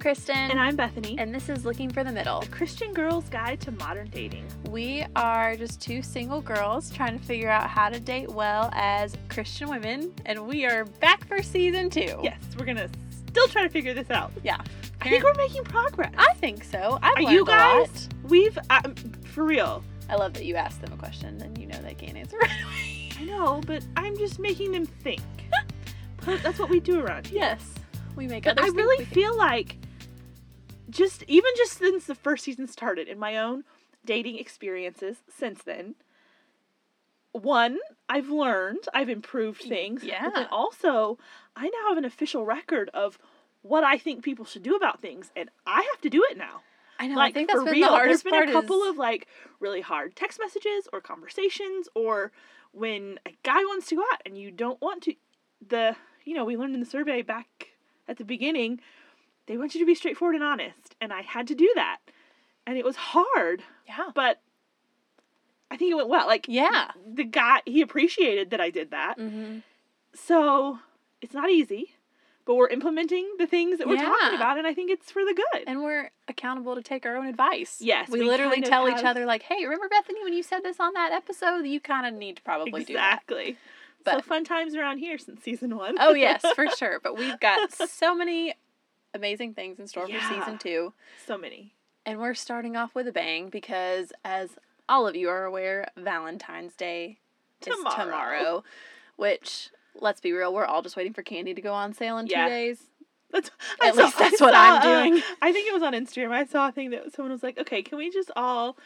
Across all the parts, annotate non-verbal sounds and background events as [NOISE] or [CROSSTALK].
Kristen. And I'm Bethany. And this is Looking for the Middle. Christian Girl's Guide to Modern Dating. We are just two single girls trying to figure out how to date well as Christian women, and we are back for season two. Yes, we're going to still try to figure this out. Yeah. Ah. I think we're making progress. I think so. I've Are learned you a lot. guys? We've, um, for real. I love that you asked them a question and you know they can't answer right away. I know, but I'm just making them think. But That's what we do around here. Yes. We make But others I think really we think. feel like just even just since the first season started in my own dating experiences since then one I've learned I've improved Y- things but yeah. then also I now have an official record of what I think people should do about things and I have to do it now I know. like I think that's for been real the hardest there's been part. a couple is, of like really hard text messages or conversations or when a guy wants to go out and you don't want to the you know we learned in the survey back at the beginning they want you to be straightforward and honest and i had to do that and it was hard yeah. but i think it went well like Yeah. the guy he appreciated that i did that Mm-hmm. so it's not easy but we're implementing the things that we're Yeah. talking about and i think it's for the good And we're accountable to take our own advice. Yes, We, we literally kind of tell each have- other, like, hey, remember Bethany when you said this on that episode? You kind of need to probably do that. exactly. so But- fun times around here since season one. Oh, yes, for sure. But we've got so many amazing things in store Yeah. for season two. [LAUGHS] so many. And we're starting off with a bang because, as all of you are aware, Valentine's Day is Tomorrow. tomorrow, which, let's be real, we're all just waiting for candy to go on sale in Yeah. two days. [LAUGHS] That's At least that's what I'm doing. I think it was on Instagram. I saw a thing that someone was like, "Okay, can we just all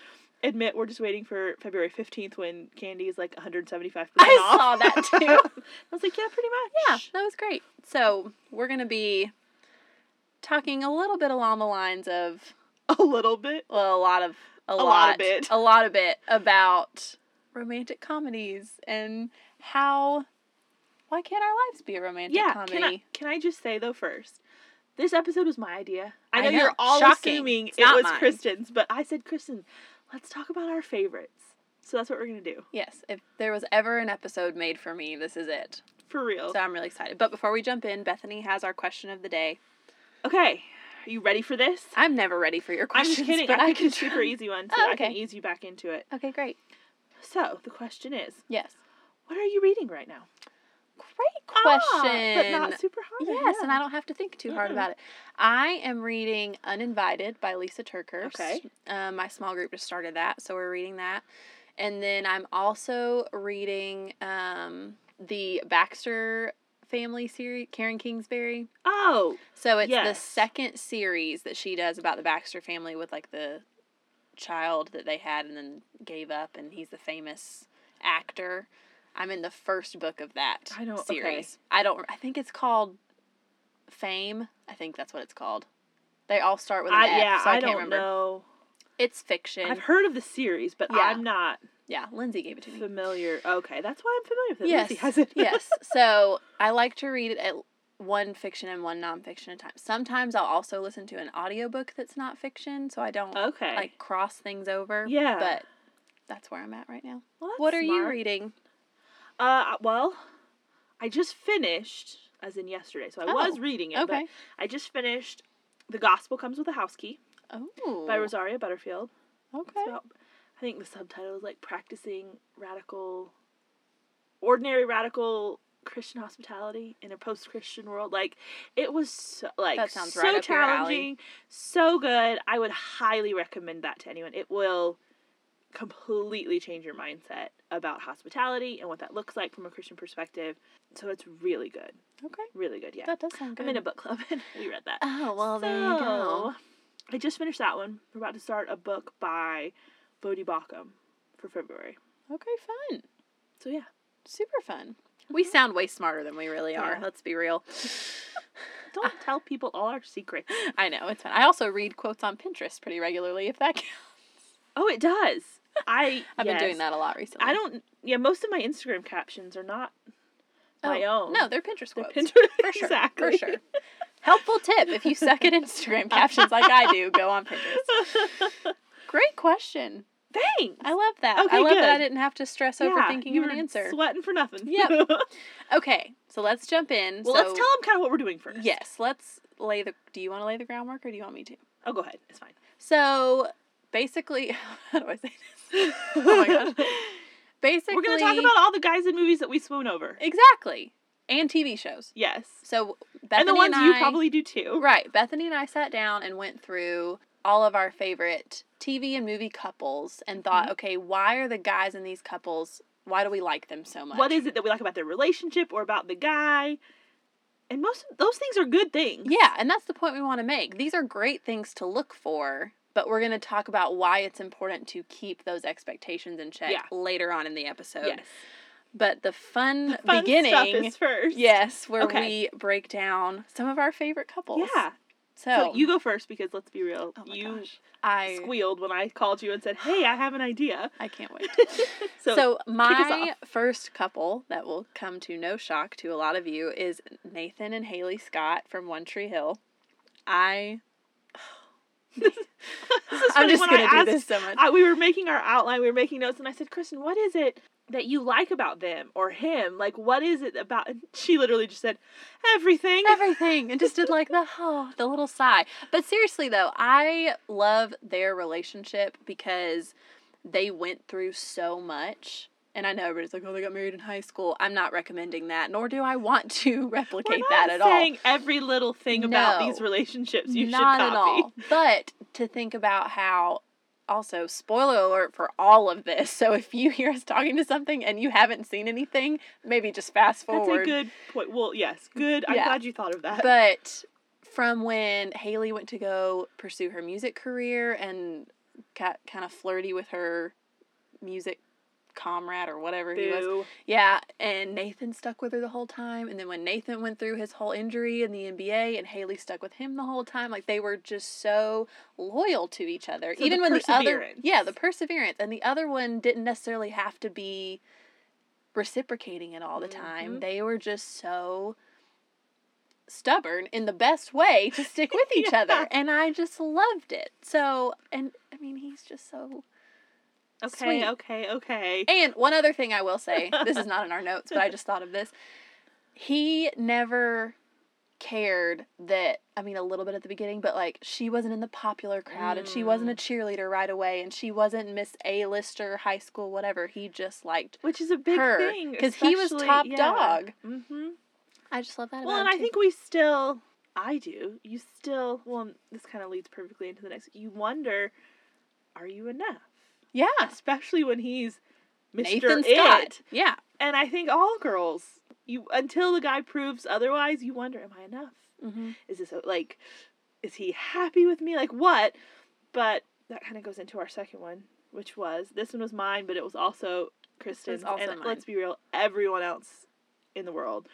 admit we're just waiting for February fifteenth when candy is like 175 percent I off?" saw that too. [LAUGHS] I was like, "Yeah, pretty much." Yeah, that was great. So we're gonna be talking a little bit along the lines of [LAUGHS] a little bit. well, a lot of a, lot lot of it. a lot of it about romantic comedies and how why can't our lives be a romantic yeah. comedy? Can I, can I just say though first? This episode was my idea. I I know, know, you're all shocking. assuming It's it not was mine. Kristen's, but I said, "Kristen, let's talk about our favorites." So that's what we're gonna do Yes, if there was ever an episode made for me, this is it. for real. So I'm really excited. But before we jump in, Bethany has our question of the day. Okay, are you ready for this? I'm never ready for your I'm questions, just kidding. but I I picked a can super try. easy one so Oh, I can okay. ease you back into it. Okay, great. So the question is, Yes. what are you reading right now? Great Ah, question. but not super hard. Yes, and I don't have to think too hard Mm-mm. about it. I am reading Uninvited by Lisa Turkers. Okay. Um, my small group just started that, so we're reading that. And then I'm also reading um, the Baxter family series, Karen Kingsbury. Oh, So it's the Yes. second series that she does about the Baxter family with like the child that they had and then gave up, and he's the famous actor. I'm in the first book of that I don't- okay. series. I don't. I think it's called Fame. I think that's what it's called. They all start with an I, F, yeah. so I, I, can't don't remember. know. It's fiction. I've heard of the series, but Yeah. I'm not yeah, Lindsay gave it to me. familiar. Okay, that's why I'm familiar with it. yes, Lucy has it. yes. So I like to read it at one fiction and one nonfiction at a time. Sometimes I'll also listen to an audiobook that's not fiction, so I don't [LAUGHS] okay. like cross things over. Yeah. But that's where I'm at right now. Well, that's what are you smart. reading? Uh, well, I just finished, as in yesterday, so I Oh, was reading it. okay. But I just finished. The Gospel Comes with a House Key Oh. by Rosaria Butterfield. It's Okay. about- I think the subtitle is like practicing radical, ordinary radical Christian hospitality in a post-Christian world. Like it was so, like That sounds so right up your alley. challenging, so good. I would highly recommend that to anyone. It will completely change your mindset about hospitality and what that looks like from a Christian perspective. So it's really good, Okay. really good. Yeah, That does sound good. I'm in a book club [LAUGHS] and we read that. oh well, there you go. So, I just finished that one. We're about to start a book by Bodhi Bakum for February. Okay, fun. So yeah. Super fun. We sound way smarter than we really are. Uh-huh. Yeah. Let's be real. Don't Ah. tell people all our secrets. I know it's fun. I also read quotes on Pinterest pretty regularly. If that, [LAUGHS] counts. Oh, it does. I [LAUGHS] I've been doing yes. that a lot recently. I don't yeah, most of my Instagram captions [LAUGHS] are not my Oh, own. No, they're Pinterest They're quotes. Pinterest- For sure. exactly. For sure. Helpful tip if you suck at [LAUGHS] Instagram captions like I do, go on Pinterest. Great question. Thanks. I love that. I Okay, love that I good. didn't have to stress over Yeah, thinking you of an were answer. Sweating for nothing. Yep. [LAUGHS] well, okay, so let's jump in. let's So- tell them kind of what we're doing first. Yes, let's lay the do you want to lay the groundwork or do you want me to? Oh, go ahead. It's fine. [LAUGHS] So basically [LAUGHS] how do I say [LAUGHS] this? oh my gosh. Basically We're going to talk about all the guys in movies that we swoon over. Exactly. And TV shows. Yes. So Bethany and the ones I, you probably do too. Right. Bethany and I sat down and went through all of our favorite TV and movie couples and Mm-hmm. thought, okay, why are the guys in these couples why do we like them so much? What is it that we like about their relationship or about the guy? And most of those things are good things. Yeah, and that's the point we want to make. These are great things to look for, but we're going to talk about why it's important to keep those expectations in check Yeah. later on in the episode. Yes. But the fun, Fun beginning, stuff is first. yes, where Okay. we break down some of our favorite couples. Yeah. So, So you go first because let's be real, Oh my you gosh. I squealed when I called you and said, "Hey, I have an idea." I can't wait. [LAUGHS] So, So, us my first couple that will come to no shock to a lot of you is Nathan and Haley Scott from One Tree Hill. I this is I'm funny, just when gonna I do asked- this so much. I- we were making our outline, we were making notes, and I said, "Kristen, what is it that you like about them or him? Like, what is it about?" And she literally just said, "Everything." everything and just did like the oh, the little sigh. But seriously though, I love their relationship because they went through so much. And I know everybody's like, oh, they got married in high school. I'm not recommending that, nor do I want to [LAUGHS] We're replicate not that at all. saying every little thing about No. these relationships you not should at copy. all. But to think about how also spoiler alert for all of this. So if you hear us talking to something and you haven't seen anything, maybe just fast That's forward. Mm, a good point. Well, yes, good. I'm Yeah. glad you thought of [LAUGHS] that. but from when Haley went to go pursue her music career and ca- kind of flirty with her music comrade or whatever he was. Boo. Yeah, and Nathan stuck with her the whole time. And then when Nathan went through his whole injury in the NBA and Haley stuck with him the whole time, like they were just so loyal to each other. So the Even when the other perseverance. Yeah, the perseverance. And the other one didn't necessarily have to be reciprocating it all the time. Mhm. They were just so stubborn in the best way to stick with [LAUGHS] each Yeah. other. And I just loved it. So and I mean he's just so Okay, Sweet. okay, okay. and one other thing I will [LAUGHS] say, this is not in our notes, but I just thought of this. He never cared that I mean a little bit at the beginning, but like she wasn't in the popular crowd and she wasn't Mm. a cheerleader right away and she wasn't Miss A-lister high school whatever. He just liked Which is a big her, thing 'cause he was top dog. Mm-hmm. I just love that Well, and I think we still, I do. You still. Well, this kind of leads perfectly into the next. You wonder, are you enough? yeah, Especially when he's Mister Nathan It. Scott. Yeah. And I think all girls, you until the guy proves otherwise, you wonder, am I enough? Mm-hmm. Is this like, is he happy with me? Like what? But that kind of goes into our second one, which was this one was mine, but it was also Kristen's. also and mine. let's be real, everyone else in the world.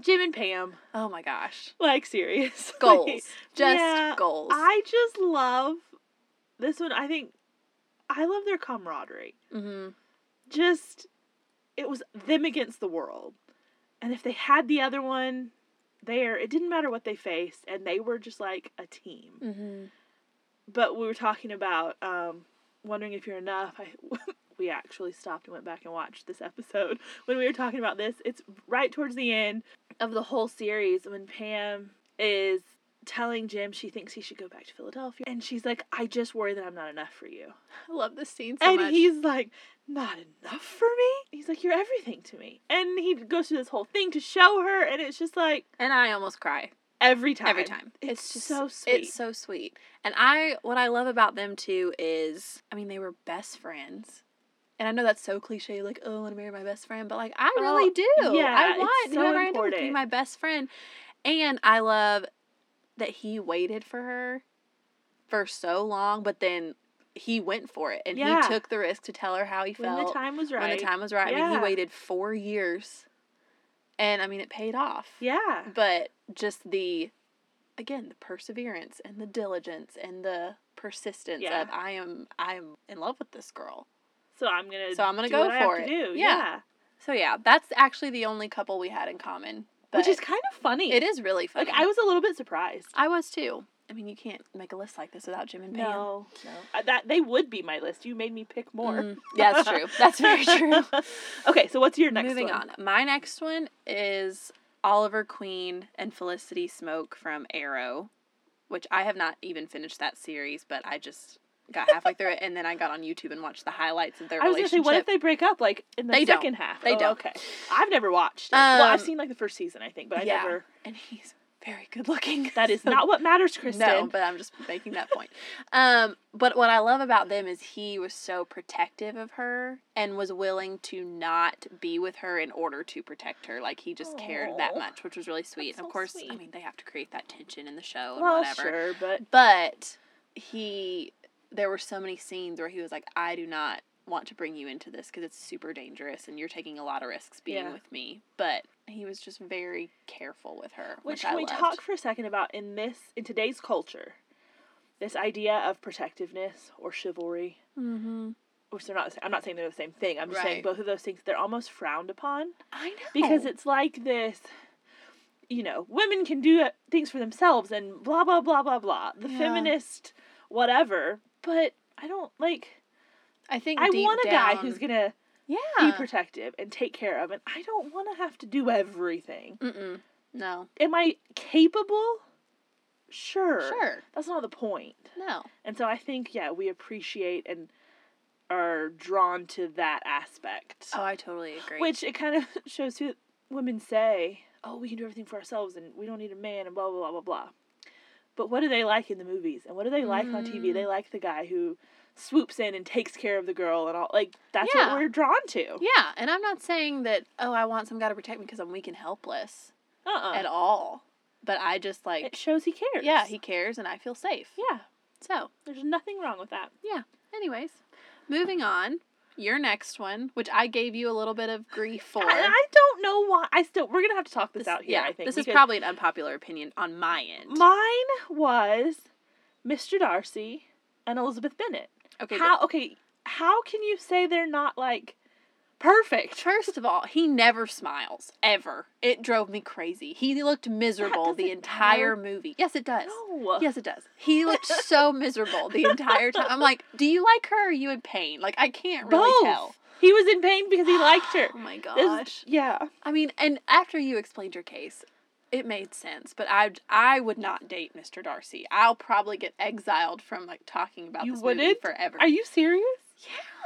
Jim and Pam, Oh my gosh. [LAUGHS] like serious Goals. Just Yeah, goals. I just love this one. I think I love their camaraderie. mm-hmm. Just it was them against the world. And if they had the other one there, it didn't matter what they faced and they were just like a team. Mm-hmm. But we were talking about um wondering if you're enough. I [LAUGHS] we actually stopped and went back and watched this episode [LAUGHS] when we were talking about this. It's right towards the end of the whole series when Pam is telling Jim she thinks he should go back to Philadelphia and she's like I just worry that I'm not enough for you. I love this scene so and much. he's like, not enough for me? He's like, you're everything to me. And he goes through this whole thing to show her, and it's just like and I almost cry. every time. Every time. It's, It's, just so sweet. It's so sweet. And I what I love about them too is I mean they were best friends. And I know that's so cliche, like, oh, I want to marry my best friend, but like I Oh, really do. yeah, I it's want so whoever I end up with to be important. my best friend. And I love that he waited for her for so long, but then he went for it and Yeah. he took the risk to tell her how he when felt the time was right. when the time was right. I mean, Yeah. he waited four years, and I mean, it paid off Yeah. but just the again the perseverance and the diligence and the persistence Yeah. of i am i am in love with this girl So I'm gonna. So I'm gonna do go what I have for to it. do. Yeah. Yeah. so yeah that's actually the only couple we had in common but Which is kind of funny. it is really funny Like I was a little bit surprised. I was too i mean you can't make a list like this without jim and pam No, no. Uh, That they would be my list. You made me pick more. Mm, yeah [LAUGHS] that's true that's very true okay, so what's your next moving one? on my next one is Oliver Queen and Felicity Smoke from Arrow, which I have not even finished that series, but I just got halfway through it and then I got on YouTube and watched the highlights of their I was gonna say, relationship. what if they break up like in the They don't. 2nd half? They Oh, don't. Okay, I've never watched. It. well, I've Um, seen like the first season, I think, but I Yeah. never. and he's very good looking. [LAUGHS] That is so- not what matters, Kristen. No, but I'm just making that point. Um, but what I love about them is he was so protective of her and was willing to not be with her in order to protect her. Like he just cared that Aw. much, which was really sweet. That's and of so course, I sweet. mean, they have to create that tension in the show and well, whatever. sure, but But he, there were so many scenes where he was like, "I do not want to bring you into this because it's super dangerous and you're taking a lot of risks being Yeah. with me." But he was just very careful with her, which which, can I we loved. talk for a second about in this in today's culture, this idea of protectiveness or chivalry, Mm-hmm. which they're not. I'm not saying they're the same thing. I'm just saying Right. both of those things they're almost frowned upon. I know because it's like this you know women can do uh, things for themselves and blah blah blah blah blah the Yeah. feminist whatever but i don't like I think i deep want a guy down- who's gonna be yeah. protective and take care of and i don't want to have to do everything Mm-mm. No, am i capable sure sure, that's not the point no, and so i think yeah we appreciate and are drawn to that aspect oh, I totally agree. Which it kind of [LAUGHS] shows who women say, oh, we can do everything for ourselves and we don't need a man and blah, blah, blah, blah, blah. But what do they like in the movies? And what do they like on TV? Mm. They like the guy who swoops in and takes care of the girl and all. Like, that's Yeah. what we're drawn to. yeah, and I'm not saying that. Oh, I want some guy to protect me because I'm weak and helpless Uh-uh. at all. But I just It like, shows he [LAUGHS] cares. yeah, he cares, and I feel safe. Yeah. So, There's nothing wrong with that. anyways, moving on. Your next one, which I gave you a little bit of grief for. And [LAUGHS] I don't know why. I still, we're going to have to talk this, This- out here, yeah, I think. this is because probably an unpopular opinion on my end. Mine was Mr. Darcy and Elizabeth Bennett. okay, but how okay how can you say they're not like perfect First of all, he never smiles ever. It drove me crazy. He looked miserable the doesn't entire movie. Yes, it does. no Yes, it does. He looked [LAUGHS] so miserable the entire time. I'm like, do you like her? Or are you in pain? Like, I can't really both tell. he was in pain [GASPS] because he liked her Oh my This- gosh. yeah I mean, and after you explained your case, it made sense. But I, I would not date Mr. Darcy. I'll probably get exiled from like talking about You this movie wouldn't? forever. are you serious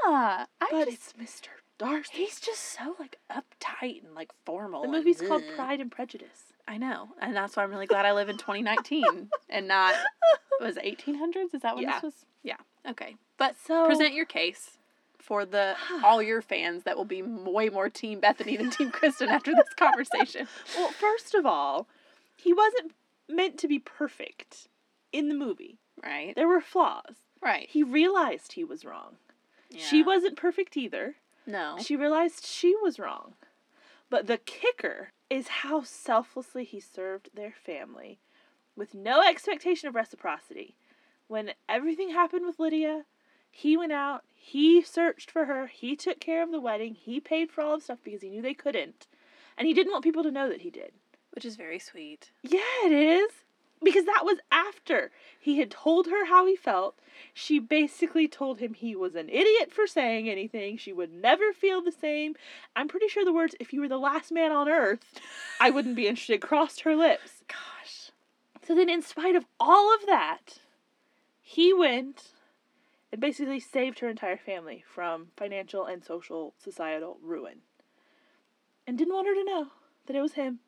yeah, I but just it's mr darcy He's just so like uptight and like formal. the and movie's called bleh. pride and prejudice I know, and that's why I'm really glad I live in [LAUGHS] 2019 and not was it 1800s. Is that when Yeah. this was? Yeah. Okay, but so present your case for [SIGHS] the all your fans that will be m- way more Team Bethany than Team Kristen after this conversation. well first of all he wasn't meant to be perfect in the movie [LAUGHS] Right. there were flaws Right. he realized he was wrong she Yeah. wasn't perfect either no. She realized she was wrong. But the kicker is how selflessly he served their family with no expectation of reciprocity. When everything happened with Lydia, he went out, he searched for her, he took care of the wedding, he paid for all of the stuff because he knew they couldn't. And he didn't want people to know that he did. Which is very sweet. Yeah, it is. Because that was after he had told her how he felt. She basically told him he was an idiot for saying anything. She would never feel the same. I'm pretty sure the words, if you were the last man on earth, I wouldn't be interested, crossed her lips. Gosh. So then, in spite of all of that, he went and basically saved her entire family from financial and social, societal ruin. And didn't want her to know that it was him.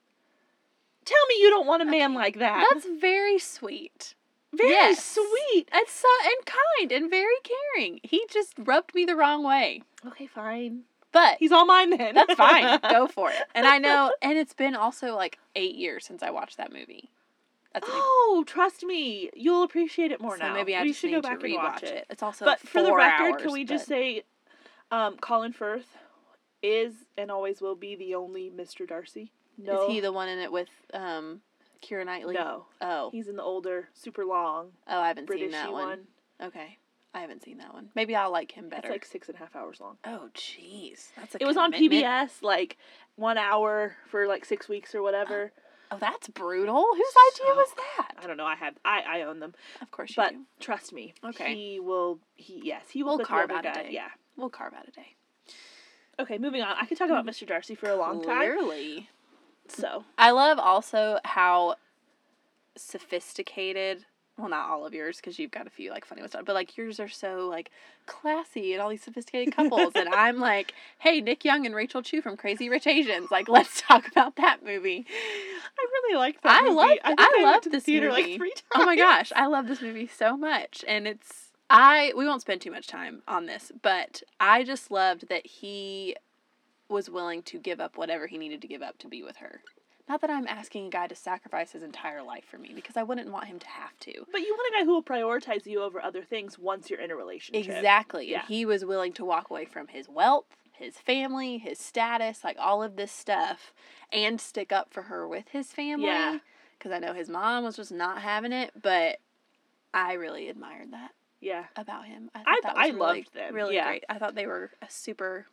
Tell me you don't want a man like that. That's very sweet. Very Yes. sweet. It's so and kind and very caring. He just rubbed me the wrong way. Okay, fine. But He's all mine then. That's [LAUGHS] fine. [LAUGHS] Go for it. And I know, and it's been also like eight years since I watched that movie. That's a [GASPS] big oh, trust me, you'll appreciate it more so now. maybe I we just should need go back to and rewatch watch it. it. It's also But for the four record, can hours, we just but- say, um, Colin Firth is and always will be the only Mr. Darcy. No, is he the one in it with um, Kira Knightley? no. Oh, He's in the older, super long oh, I haven't seen British that one. one. Okay, I haven't seen that one. Maybe I'll like him It's better. like six and a half hours long. oh, jeez, that's a It was on commitment. PBS, like one hour for like six weeks or whatever. Oh, that's brutal. Whose idea So- was that? I don't know. I had I I own them, Of course you but do. trust me. Okay. He will. He yes. He will We'll put the carve other out a guy- day. Yeah. We'll carve out a day. Mm. Okay, moving on. I could talk about Mr. Darcy for a long time. Clearly, So I love also how sophisticated. Well, not all of yours because you've got a few like funny ones, but like yours are so like classy and all these sophisticated couples, and I'm like, hey, Nick Young and Rachel Chu from Crazy Rich Asians, like let's talk about that movie. I really like that. I movie. loved- think I went loved to the this theater like movie. three times. Oh my gosh, I love this movie so much, and it's I we won't spend too much time on this, but I just loved that he was willing to give up whatever he needed to give up to be with her. Not that I'm asking a guy to sacrifice his entire life for me because I wouldn't want him to have to. But you want a guy who will prioritize you over other things once you're in a relationship. Exactly. Yeah. And he was willing to walk away from his wealth, his family, his status, like all of this stuff, and stick up for her with his family. Yeah. Because I know his mom was just not having it, but I really admired that Yeah. about him. I, thought I- that I was really, loved them, Really yeah. great. I thought they were a super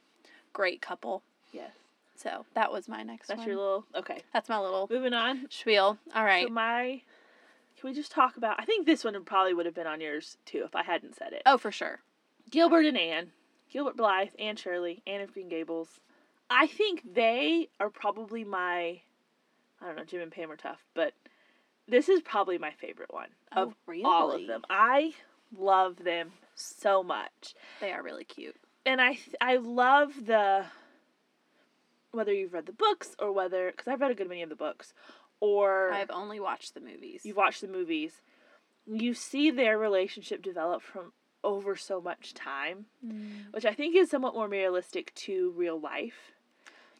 great couple. Yes. So that was my next That's one. your little okay. That's my little Moving on. spiel. All right. So my can we just talk about I think this one probably would have been on yours too if I hadn't said it. oh, for sure. Gilbert and Anne. Gilbert Blythe, Anne Shirley, Anne of Green Gables. I think they are probably my I don't know, Jim and Pam are tough, but this is probably my favorite one of oh, really? all of them. I love them so much. They are really cute. and I th- I love the whether you've read the books or whether because I've read a good many of the books or I've only watched the movies. you've watched the movies, you see their relationship develop from over so much time, Mm. which I think is somewhat more realistic to real life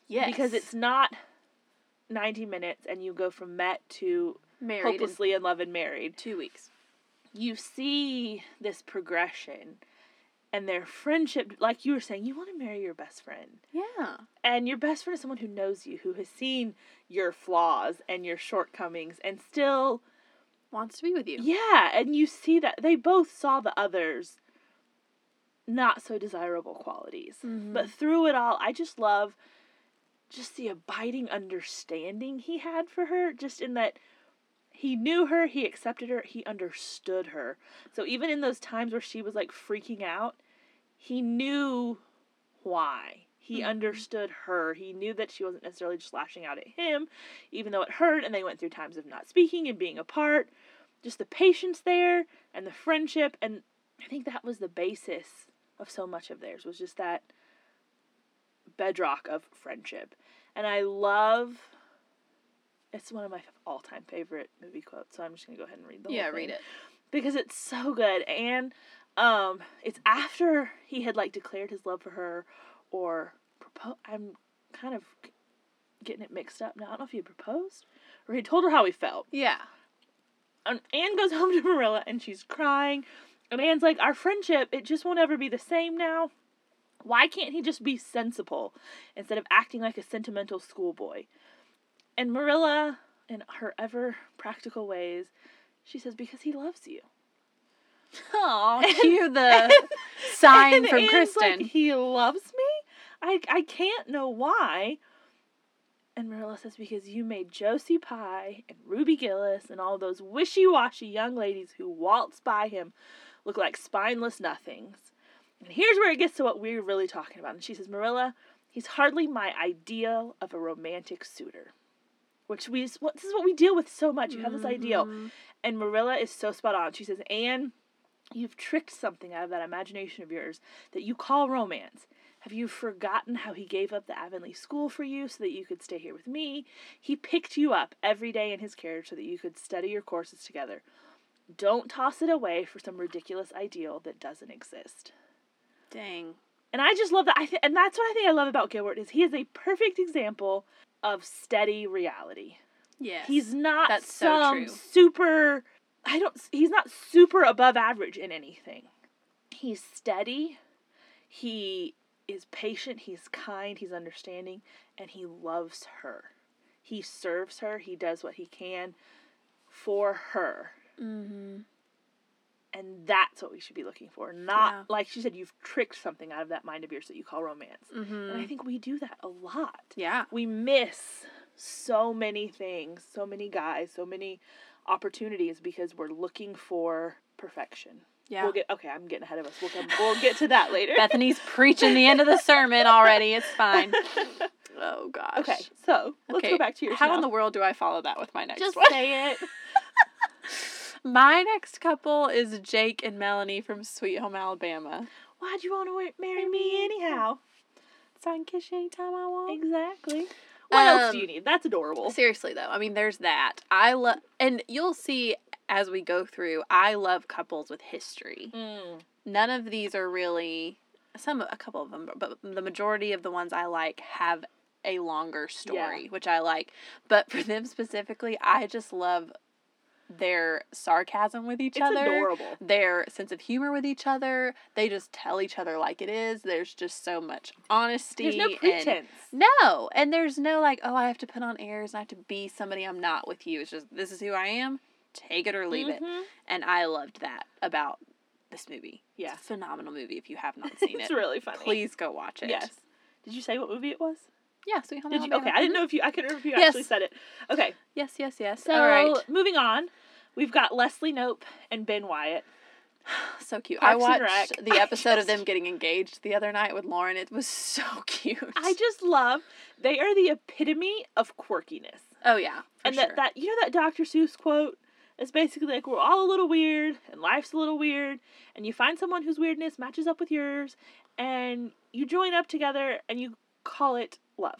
Yes. because it's not ninety minutes and you go from met to married in hopelessly in love and married. two weeks. you see this progression and their friendship like you were saying you want to marry your best friend Yeah. and your best friend is someone who knows you who has seen your flaws and your shortcomings and still Wants to be with you. yeah and you see that they both saw the others not so desirable qualities Mhm. but through it all i just love just the abiding understanding he had for her just in that he knew her he accepted her he understood her so even in those times where she was like freaking out he knew why he Mhm. understood her he knew that she wasn't necessarily just lashing out at him even though it hurt and they went through times of not speaking and being apart just the patience there and the friendship and i think that was the basis of so much of theirs was just that bedrock of friendship and i love it's one of my all-time favorite movie quotes so i'm just going to go ahead and read the yeah, whole thing read it. because it's so good and um it's after he had like declared his love for her or propo- i'm kind of getting it mixed up now i don't know if he had proposed or he told her how he felt Yeah. and Anne goes [LAUGHS] home to Marilla and she's crying. And Anne's like, Our friendship, it just won't ever be the same now. Why can't he just be sensible instead of acting like a sentimental schoolboy? And Marilla, in her ever practical ways, she says, Because he loves you. Oh, [LAUGHS] cue the sign And from Anne's Kristen. Like, he loves me? I, I can't know why. And Marilla says, Because you made Josie Pye and Ruby Gillis and all those wishy washy young ladies who waltzed by him look like spineless nothings. And here's where it gets to what we're really talking about. And she says, Marilla, he's hardly my ideal of a romantic suitor. Which we, this is what we deal with so much. You have this ideal. Mhm. And Marilla is so spot on. She says, Anne, you've tricked something out of that imagination of yours that you call romance. Have you forgotten how he gave up the Avonlea school for you so that you could stay here with me? He picked you up every day in his carriage so that you could study your courses together. Don't toss it away for some ridiculous ideal that doesn't exist. Dang. And I just love that. I th- and that's what I think I love about Gilbert is he is a perfect example of steady reality. Yes. He's not That's so some true. super I don't he's not super above average in anything. He's steady. He is patient, he's kind, he's understanding, and he loves her. He serves her, he does what he can for her. hmm And that's what we should be looking for. Not Yeah. like she said, you've tricked something out of that mind of yours that you call romance. And Mm-hmm. I think we do that a lot Yeah. we miss so many things, so many guys, so many opportunities because we're looking for perfection. Yeah. We'll get okay. I'm getting ahead of us. We'll come, we'll get to that later. Bethany's preaching the end of the sermon already. It's fine. [LAUGHS] Oh gosh. [LAUGHS] Okay, so let's go Okay, back to your How in smell. [LAUGHS] the world do I follow that with my next Just one? say it. [LAUGHS] My next couple is Jake and Melanie from Sweet Home Alabama. [LAUGHS] Why'd you want to marry me anyhow? So I can kiss you anytime I want. Exactly. What else do Um, you need? That's adorable. Seriously though, I mean, there's that. I love, and you'll see as we go through. I love couples with history. None of these are really some, a couple of them, but the majority of the ones I like have a longer story, which I like. But for them specifically, I just love their sarcasm with each It's other. adorable. Their sense of humor with each other. They just tell each other like it is. There's just so much honesty. There's no and- pretense. no, and there's no like, oh, I have to put on airs and I have to be somebody I'm not with you. It's just this is who I am. Take it or leave it. Mhm. And I loved that about this movie. Yeah. It's a phenomenal movie if you have [LAUGHS] not seen it's it. really funny. Please go watch it. Yes. Did you say what movie it was? Yeah, Sweet Home Did you? Alabama. Okay, I didn't know if you. I couldn't remember if you Yes. actually said it. Okay, Yes, yes, yes. so All right. moving on, we've got Leslie Nope and Ben Wyatt. So cute. I Parks and Rec. [LAUGHS] watched the I episode of just- them getting engaged the other night with Lauren. It was so [LAUGHS] cute. I just love. They are the epitome of quirkiness, Oh yeah. for and that sure. that you know that Dr. Seuss quote is basically like we're all a little weird, and life's a little weird, and you find someone whose weirdness matches up with yours, and you join up together, and you call it love.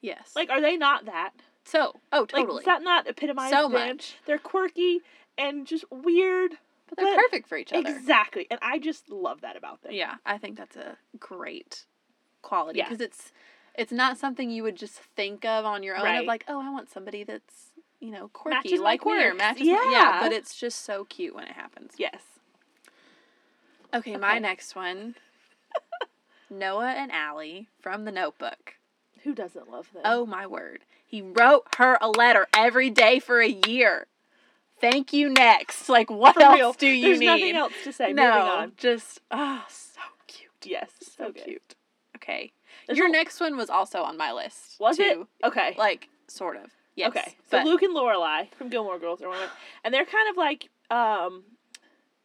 Yes. Like, are they not that? so. Oh, Like, totally. does that not epitomize so them? much. They're quirky and just weird. But they're but- perfect for each other. Exactly. And I just love that about them. Yeah, I think that's a great quality Yeah. because it's it's not something you would just think of on your own Right. of like, oh, I want somebody that's you know quirky Matches my like me or quirks. matches yeah. yeah, Yeah. but it's just so cute when it happens. Yes. Okay, my Okay. next [LAUGHS] one, Noah and Allie from The Notebook. Who doesn't love them? Oh my word, he wrote her a letter every day for a year. Thank you. Next, like what For else real. do you There's need? nothing else to say. No, Moving on. just ah, so cute. Yes. so, good. cute. Okay. There's Your a- next one was also on my list. Was it? too. Okay. Like sort of. Yes. okay. So but Luke and Lorelai from Gilmore Girls are one of my- and they're kind of like um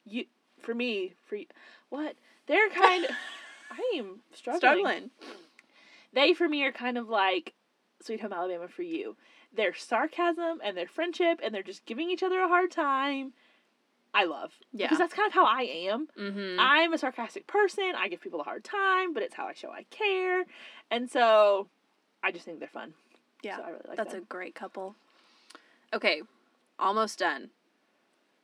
you for me, for you, what? [LAUGHS] They're kind of I am struggling. struggling. They for me are kind of like Sweet Home Alabama for you. Their sarcasm and their friendship and they're just giving each other a hard time. I love. Yeah. Because that's kind of how I am. Mm-hmm. I'm a sarcastic person. I give people a hard time, but it's how I show I care. And so I just think they're fun. yeah. So I really like That's a them. great couple. Okay. Almost done.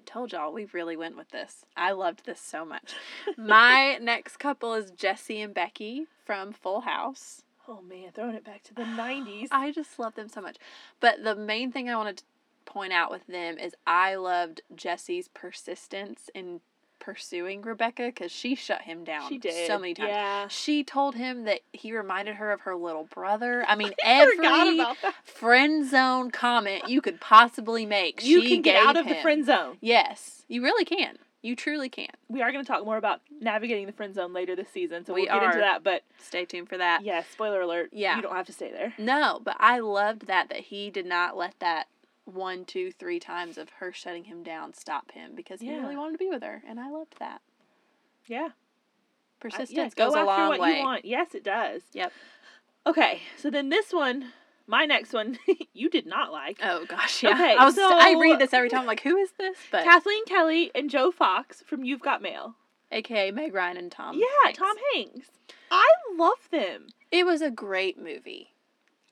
Told y'all we really went with this. I loved this so [LAUGHS] much. My next couple is Jesse and Becky from Full House. oh man, throwing it back to [SIGHS] the 90s. I just love them so much. But the main thing I wanted to point out with them is I loved Jesse's persistence in pursuing Rebecca because she shut him down she did. so many times. Yeah. She told him that he reminded her of her little brother. [LAUGHS] I mean, forgot every about that. friend zone comment you could possibly make. You she can get gave out of the him. friend zone. Yes, you really can. You truly can. We are going to talk more about navigating the friend zone later this season, so We we'll get into are. that. But Stay tuned for that. yeah, spoiler alert. Uh, Yeah. You don't have to stay there. No, but I loved that that he did not let that one, two, three times of her shutting him down stop him because he Yeah. really wanted to be with her, and I loved that. Yeah. I- yeah, Persistence go goes a after long what way. you want. Yes, it does. Yep. Okay, so then this one, my next one, [LAUGHS] you did not like. Oh gosh, yeah. Okay, I was I so- read this every time. I'm like, who is this? But Kathleen Kelly and Joe Fox from You've Got Mail. AKA Meg Ryan and Tom. yeah, Hanks. Tom Hanks. I love them. It was a great movie.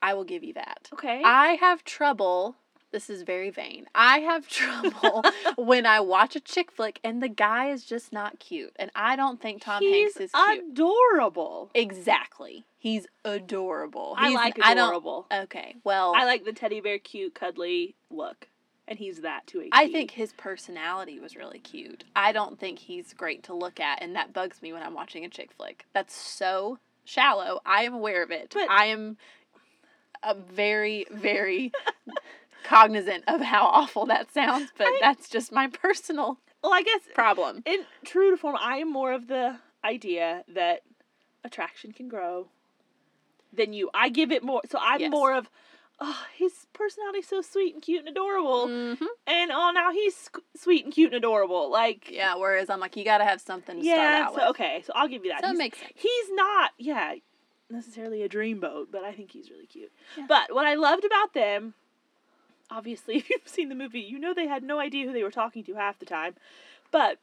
I will give you that. Okay. I have trouble. This is very vain. I have [LAUGHS] trouble when I watch a chick flick and the guy is just not cute, and I don't think Tom He's Hanks is cute. adorable. Exactly. He's adorable. I He's- like I don't. adorable. I, Okay. Well, like the teddy bear, cute, cuddly look, and he's that to a I T. think his personality was really cute. I don't think he's great to look at, and that bugs me when I'm watching a chick flick. That's so shallow. I am aware of it. But- I am a very, very [LAUGHS] cognizant of how awful that sounds, but I- that's just my personal Well, I guess problem. in true to form, I am more of the idea that attraction can grow than you. I give it more. So I'm Yes. more of, oh, his personality's so sweet and cute and adorable, Mhm. and oh, now he's squ- sweet and cute and adorable. Like, Yeah. Whereas I'm like, you gotta have something to yeah. start out So with. okay, so I'll give you that. So it He's- makes sense. He's not, yeah. necessarily a dream boat, but I think he's really cute. Yeah. But what I loved about them, obviously, [LAUGHS] if you've seen the movie, you know they had no idea who they were talking to half the time. But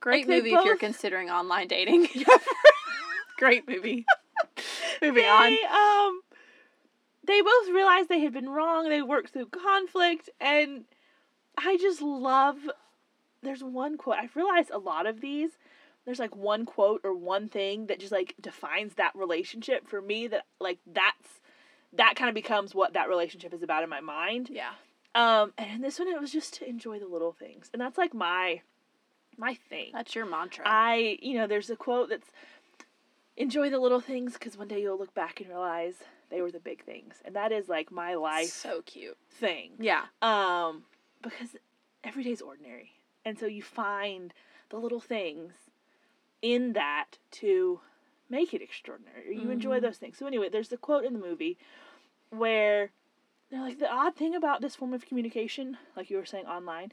Great Like, they movie if you're both- considering online dating. Great [LAUGHS] movie. Moving [LAUGHS] they, on. um, they both realized they had been wrong. They worked through conflict, and I just love. There's one quote I've realized a lot of these. There's like one quote or one thing that just like defines that relationship for me. That like that's that kind of becomes what that relationship is about in my mind. Yeah. Um, and in this one, it was just to enjoy the little things, and that's like my my thing. That's your mantra. I, you know, there's a quote that's enjoy the little things because one day you'll look back and realize they were the big things. And that is like my life so cute. thing. Yeah. Um, because every day's ordinary. And so you find the little things in that to make it extraordinary. You enjoy Mhm. those things. So, anyway, there's the quote in the movie where they're like, the odd thing about this form of communication, like you were saying online,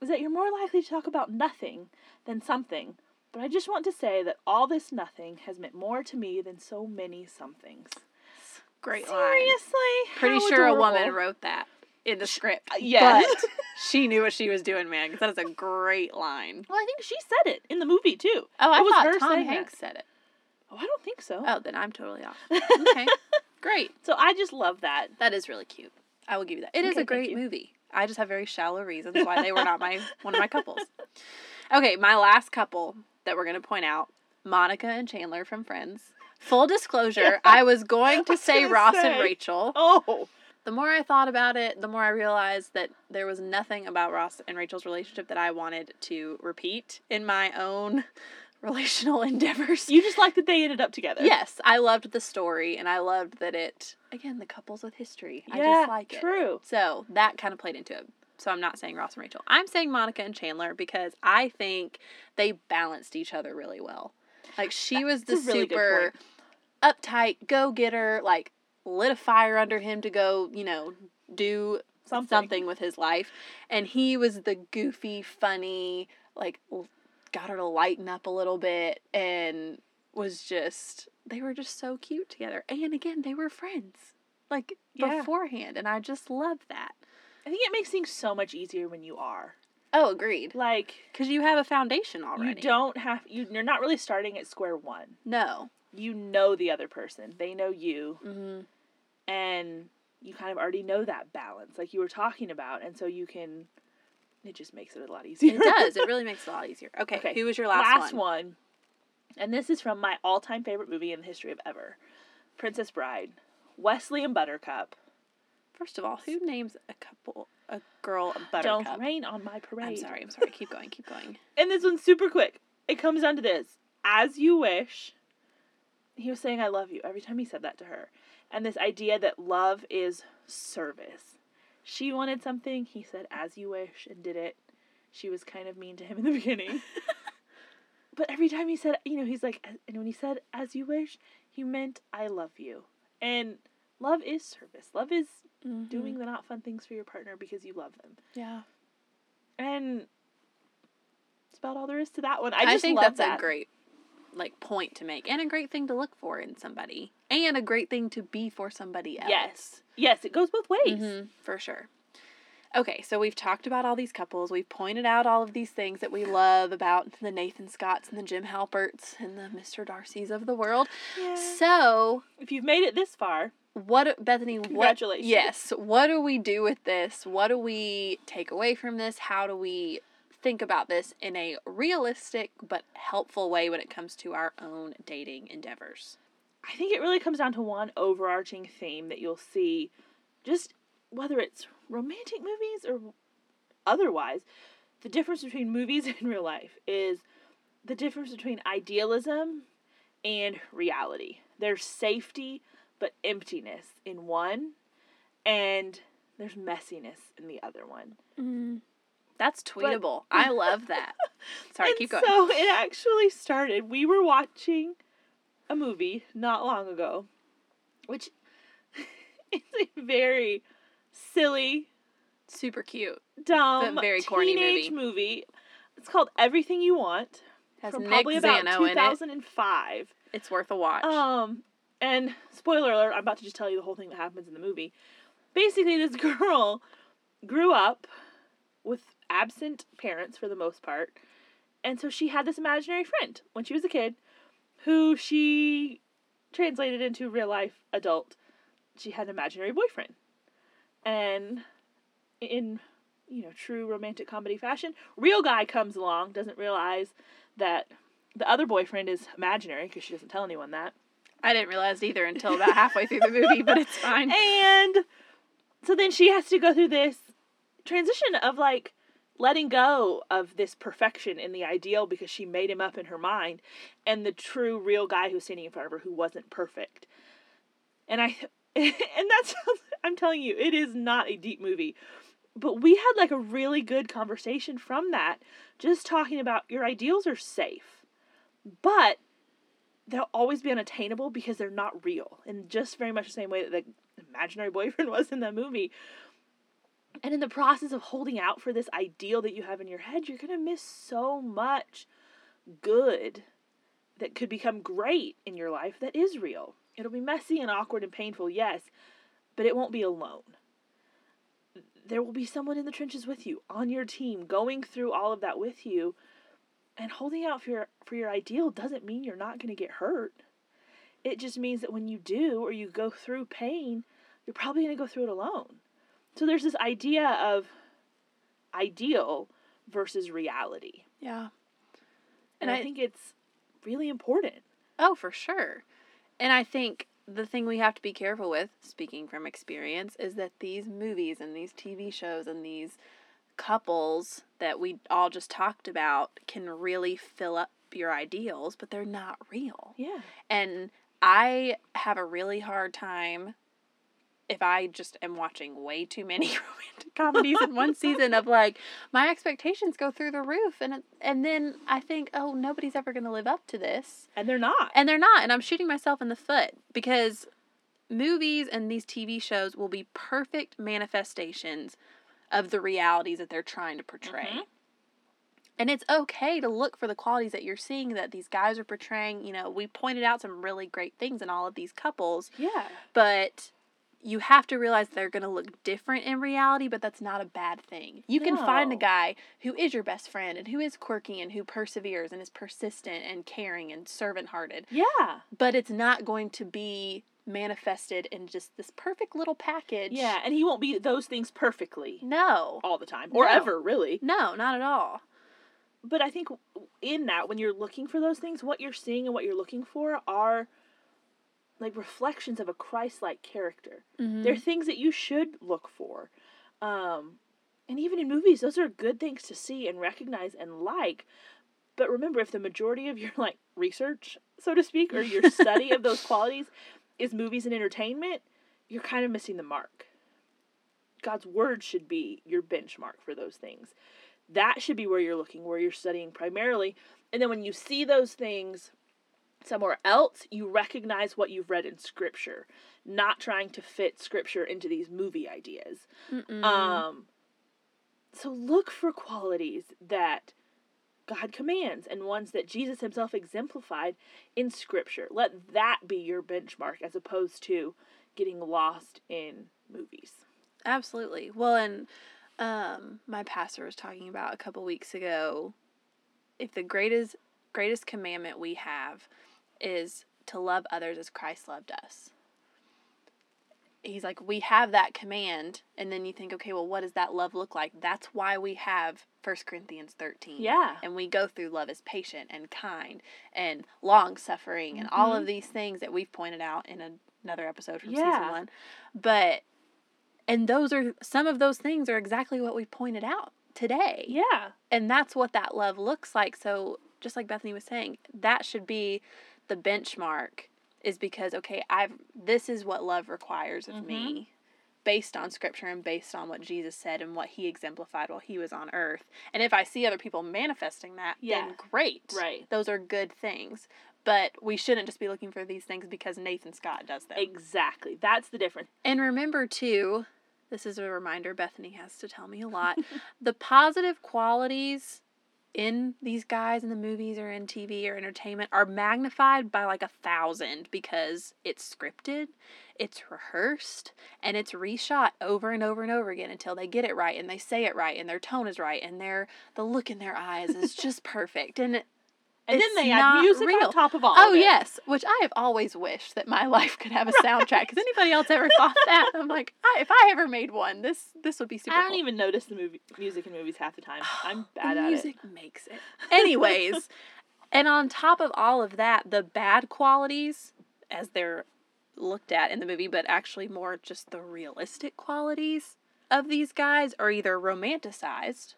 is that you're more likely to talk about nothing than something. But I just want to say that all this nothing has meant more to me than so many somethings. Great Seriously? line. Pretty How sure a woman adorable. wrote that in the script. yes. [LAUGHS] But she knew what she was doing, man, because that is a great line. Well, I think she said it in the movie too. Oh, I It was thought her Tom saying that. Hanks said it. Oh, I don't think so. Oh, then I'm totally off. [LAUGHS] Okay. great. So I just love that. That is really cute. I will give you that. It is Okay, a thank great you. movie. I just have very shallow reasons why they were not my [LAUGHS] one of my couples. Okay, my last couple that we're gonna point out, Monica and Chandler from Friends. Full [LAUGHS] disclosure, I was going to was say gonna Ross say. and Rachel. Oh, The more I thought about it, the more I realized that there was nothing about Ross and Rachel's relationship that I wanted to repeat in my own [LAUGHS] relational endeavors. you just like that they ended up together. Yes, I loved the story and I loved that it again the couples with history. I Yeah, just like it. True. So that kind of played into it. So I'm not saying Ross and Rachel. I'm saying Monica and Chandler because I think they balanced each other really well. Like she was the That's a really good super uptight go getter, like lit a fire under him to go, you know, do Something. something with his life. And he was the goofy, funny, like l- got her to lighten up a little bit and was just they were just so cute together. And again, they were friends. Like Yeah. beforehand and I just love that. I think it makes things so much easier when you are Oh, agreed. like Cuz you have a foundation already. you don't have you. You're not really starting at square one. [LAUGHS] No. You know the other person. They know you, Mhm. and you kind of already know that balance, like you were talking about, and so you can. It just makes it a lot easier. It does. It really makes it a lot easier. Okay, Okay, who was your last, one? one. And this is from my all time favorite movie in the history of ever Princess Bride, Wesley and Buttercup. First of all, who names a couple a girl a buttercup? Don't rain on my parade. I'm sorry. I'm sorry. Keep going. Keep [LAUGHS] going. And this one's super quick. It comes down to this As You Wish. He was saying, I love you every time he said that to her. And this idea that love is service. She wanted something. He said, As You Wish, and did it. She was kind of mean to him in the beginning. but every time he said, you know, he's like, and when he said, As You Wish, he meant, I love you. And love is service. Love is doing the not fun things for your partner because you love them. Yeah. And that's about all there is to that one. I I, just think love that's that. a great like point to make and a great thing to look for in somebody and a great thing to be for somebody else. Yes. Mm-hmm. Yes, it goes both ways. Mhm, for sure. Okay, so we've talked about all these couples. We've pointed out all of these things that we love about the Nathan Scotts and the Jim Halperts and the Mr. Darcy's of the world. So, If you've made it this far, what, Bethany? what- Congratulations. yes. What do we do with this? What do we take away from this? How do we think about this in a realistic but helpful way when it comes to our own dating endeavors? I think it really comes down to one overarching theme that you'll see just whether it's romantic movies or otherwise. The difference between movies [LAUGHS] and real life is the difference between idealism and reality. There's safety but emptiness in one, and there's messiness in the other one. That's tweetable. I love [LAUGHS] that. Sorry, And keep going. So it actually started. We were watching a movie not long ago, which [LAUGHS] is a very silly, Super cute. dumb, But very corny teenage movie. It's called Everything You Want Has from Nick probably about Zano in it. 2005. It's worth a watch. Um, And spoiler alert, I'm about to just tell you the whole thing that happens in the movie. Basically, this [LAUGHS] girl grew up with absent parents for the most part. And so she had this imaginary friend when she was a kid who she translated into real life adult. She had an imaginary boyfriend. And in you know, true romantic comedy fashion, real guy comes along, doesn't realize that the other boyfriend is imaginary because she doesn't tell anyone that. I didn't realize either until about halfway through the movie, but it's fine. [LAUGHS] And so then she has to go through this transition of like letting go of this perfection in the ideal because she made him up in her mind and the true real guy who's standing in front of her who wasn't perfect. And I [LAUGHS] and that's I'm telling you, it is not a deep movie. But we had like a really good conversation from that, just talking about your ideals are safe. But they'll always be unattainable because they're not real in just very much the same way that the imaginary boyfriend [LAUGHS] was in the movie and in the process of holding out for this ideal that you have in your head you're going to miss so much good that could become great in your life that is real it'll be messy and awkward and painful yes but it won't be alone there will be someone in the trenches with you on your team going through all of that with you and holding out for your, for your ideal doesn't mean you're not going to get hurt. It just means that when you do or you go through pain, you're probably going to go through it alone. So there's this idea of ideal versus reality. Yeah. And And, I, I- think it's really important. Oh, for sure. And I think the thing we have to be careful with, speaking from experience, is that these movies and these TV shows and these couples that we all just talked about can really fill up your ideals, but they're not real. Yeah. [LAUGHS] And I have a really hard time if I just am watching way too many [LAUGHS] romantic comedies in one season of like my expectations go through the roof and it- and then I think oh nobody's ever going to live up to this [LAUGHS] And they're not. and they're not and i'm shooting myself in the foot because movies and these tv shows will be perfect manifestations of the realities that they're trying to portray Mhm. and it's okay to look for the qualities that you're seeing that these guys are portraying you know we pointed out some really great things in all of these couples Yeah. but you have to realize they're going to look different in reality, but that's not a bad thing. You can find a No. guy who is your best friend and who is quirky and who perseveres and is persistent and caring and servant hearted Yeah. but it's not going to be manifested in just this perfect little package. Yeah. And he won't be those things perfectly No. all the time or No. ever, really. No, not at all. but I think in that when you're looking for those things, what you're seeing and what you're looking for are like reflections of a Christ-like character. They're things that you should look for, um, and even in movies, those are good things to see and recognize and like. But remember, if the majority of your like research, so to speak, or your study of those qualities is movies and entertainment, you're kind of missing the mark. God's word should be your benchmark for those things that should be where you're looking, where you're studying primarily. And then when you see those things somewhere else, you recognize what you've read in scripture, not trying to fit scripture into these movie ideas. Mm-mm. Um, so look for qualities that God commands and ones that Jesus himself exemplified in scripture. Let that be your benchmark as opposed to getting lost in movies. Absolutely. Well, and um, my pastor was talking about a couple weeks ago. If the greatest greatest commandment we have is to love others as Christ loved us. He's like, we have that command, and then you think, okay, well, what does that love look like? That's why we have First Corinthians thirteen. Yeah. and we go through love as patient and kind and long suffering and Mm-hmm. all of these things that we've pointed out in an- another episode from season Yeah. one. But and those are some of those things are exactly what we pointed out today. Yeah. And that's what that love looks like. So just like Bethany was saying, that should be the benchmark is because okay, I've this is what love requires of Mm-hmm. me based on scripture and based on what Jesus said and what he exemplified while he was on earth. And if I see other people manifesting that, Yeah. then great. Right. Those are good things. But we shouldn't just be looking for these things because Nathan Scott does them. Exactly. That's the difference. And remember, too, [LAUGHS] this is a reminder Bethany has to tell me a lot the positive qualities in these guys in the movies or in TV or entertainment are magnified by like a thousand because it's scripted, it's rehearsed, and it's reshot over and over and over again until they get it right and they say it right and their tone is right and their the look in their eyes is just [LAUGHS] perfect and it, And It's then they not add music real. on top of all. oh of it. yes, which I have always wished that my [LAUGHS] life could have a soundtrack. Has anybody else ever [LAUGHS] thought that? I'm like, I, if I ever made one, this this would be super. I don't cool. even notice the movie music in movies half the [SIGHS] time. I'm bad the at music makes it. [LAUGHS] Anyways, and on top of all of that, the bad qualities, as they're looked at in the movie, but actually more just the realistic qualities of these guys are either romanticized,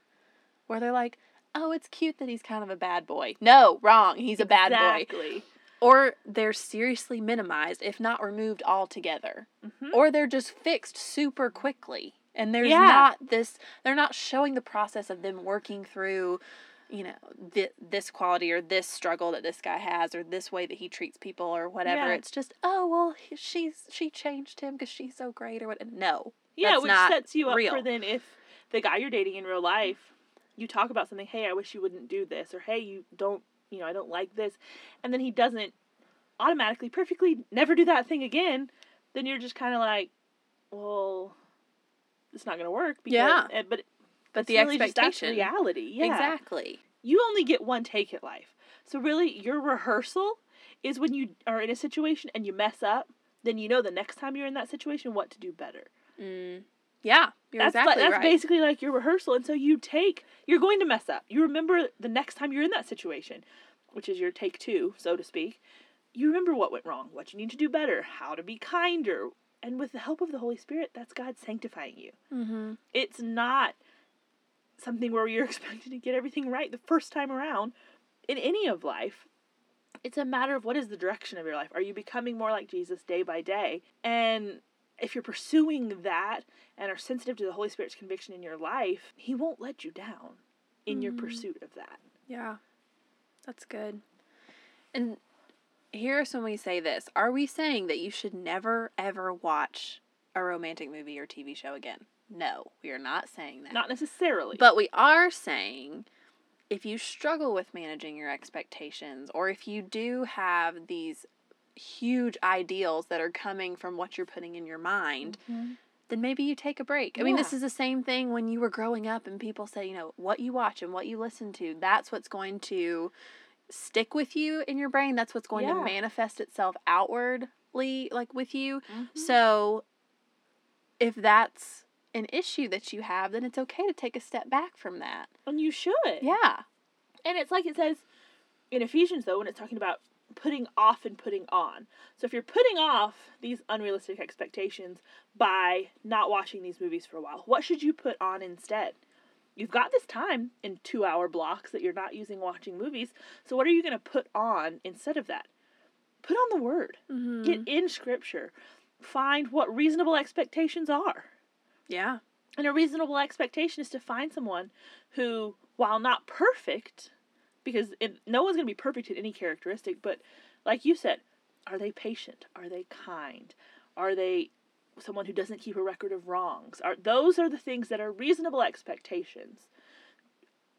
where they're like, oh, it's cute that he's kind of a bad boy. No, wrong. He's it. a bad boy. exactly. Or they're seriously minimized, if not removed altogether Mhm. or they're just fixed super quickly and there's Yeah. not this they're not showing the process of them working through you know th- this quality or this struggle that this guy has or this way that he treats people or whatever Yeah. it's just oh well he, she's she changed him because she's so great or what no Yeah, That's which not sets you up real. for then if the guy you're dating in real life, you talk about something, hey, I wish you wouldn't do this, or hey, you don't, you know, I don't like this, and then he doesn't automatically, perfectly, never do that thing again, then you're just kind of like, well, it's not gonna work. Yeah. eh, but but it's the really just that's expectation reality, yeah. exactly You only get one take at life, so really, your rehearsal is when you are in a situation and you mess up. Then you know the next time you're in that situation what to do better mm, yeah you're that's like- exactly that's right basically like your rehearsal and so you take you're going to mess up you remember the next time you're in that situation which is your take two so to speak you remember what went wrong what you need to do better how to be kinder and with the help of the holy spirit that's god sanctifying you mm-hmm. it's not something where you're [LAUGHS] expected to get everything right the first time around in any of life. It's a matter of what is the direction of your life. Are you becoming more like Jesus day by day? And if you're pursuing that and are sensitive to the Holy Spirit's conviction in your life, He won't let you down in your Mm. pursuit of that. Yeah, that's good. And here's when we say this Are we saying that you should never, ever watch a romantic movie or TV show again? No, we are not saying that. Not necessarily. But we are saying if you struggle with managing your expectations or if you do have these huge ideals that are coming from what you're putting in your mind, then maybe you take a break. I mean, this Mm-hmm. Yeah. is the same thing when you were growing up and people say, you know, what you watch and what you listen to, that's what's going to stick with you in your brain. That's what's going to Yeah. manifest itself outwardly, like with you. So if that's an issue that you have, then it's okay to take a step back from that. and you should. Yeah. And it's like it says in Ephesians, though, when it's talking about putting off and putting on. So if you're putting off these unrealistic expectations by not watching these movies for a while, what should you put on instead? You've got this time in two hour blocks that you're not using watching movies. So what are you going to put on instead of that? Put on the word, Mm-hmm. get in scripture, find what reasonable expectations are. yeah. And a reasonable expectation is to find someone who, while not perfect, because it, no one's going to be perfect in any characteristic, but like you said, are they patient? Are they kind? Are they someone who doesn't keep a record of wrongs? Are those are the things that are reasonable expectations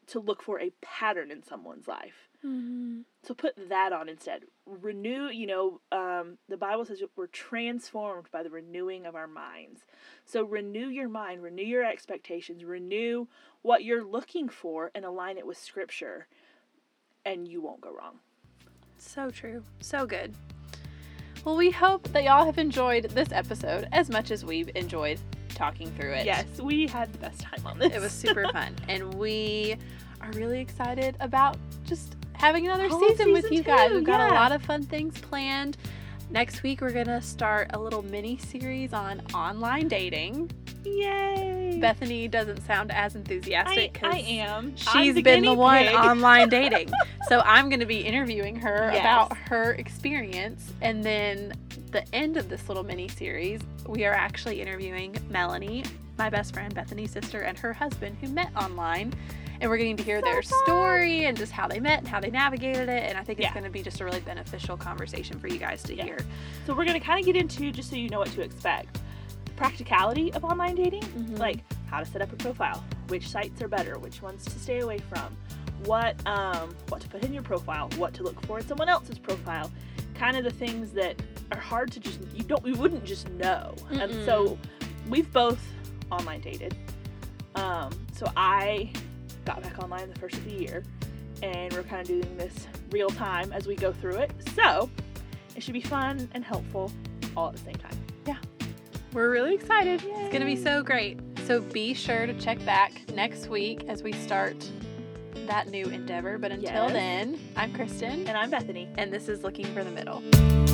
to look for a pattern in someone's life. Mm-hmm. So put that on instead. Renew, you know, um, the Bible says that we're transformed by the renewing of our minds. So renew your mind, renew your expectations, renew what you're looking for, and align it with Scripture, and you won't go wrong. So true. So good. Well, we hope that y'all have enjoyed this episode as much as we've enjoyed talking through it. Yes, we had the best time on this. [LAUGHS] It was super fun. And we are really excited about just having another Whole season with season you guys. two, We've got a yeah. lot of fun things planned. Next week, we're going to start a little mini series on online dating. [LAUGHS] yay. Bethany doesn't sound as I, enthusiastic I because am. she's I'm the been the guinea one pig. [LAUGHS] online dating. so I'm going to be interviewing her Yes. about her experience. And then the end of this little mini series, we are actually interviewing Melanie, my best friend, Bethany's sister, and her husband who met online. And we're getting to hear So their fun. story and just how they met and how they navigated it. And I think it's Yeah. going to be just a really beneficial conversation for you guys to Yeah. hear. So we're going to kind of get into just so you know what to expect. the Practicality of online dating, Mhm. like how to set up a profile, which sites are better, which ones to stay away from, what um, what to put in your profile, what to look for in someone else's profile, kind of the things that are hard to just you don't you wouldn't just know. And Mm-mm. so we've both online dated. Um, so I got back online the first of the year, and we're kind of doing this real time as we go through it. So it should be fun and helpful all at the same time. We're really excited. It's going to be Yay. so great. So be sure to check back next week as we start that new endeavor. But until Yes. then, I'm Kristen, And I'm Bethany. and this is Looking for the Middle.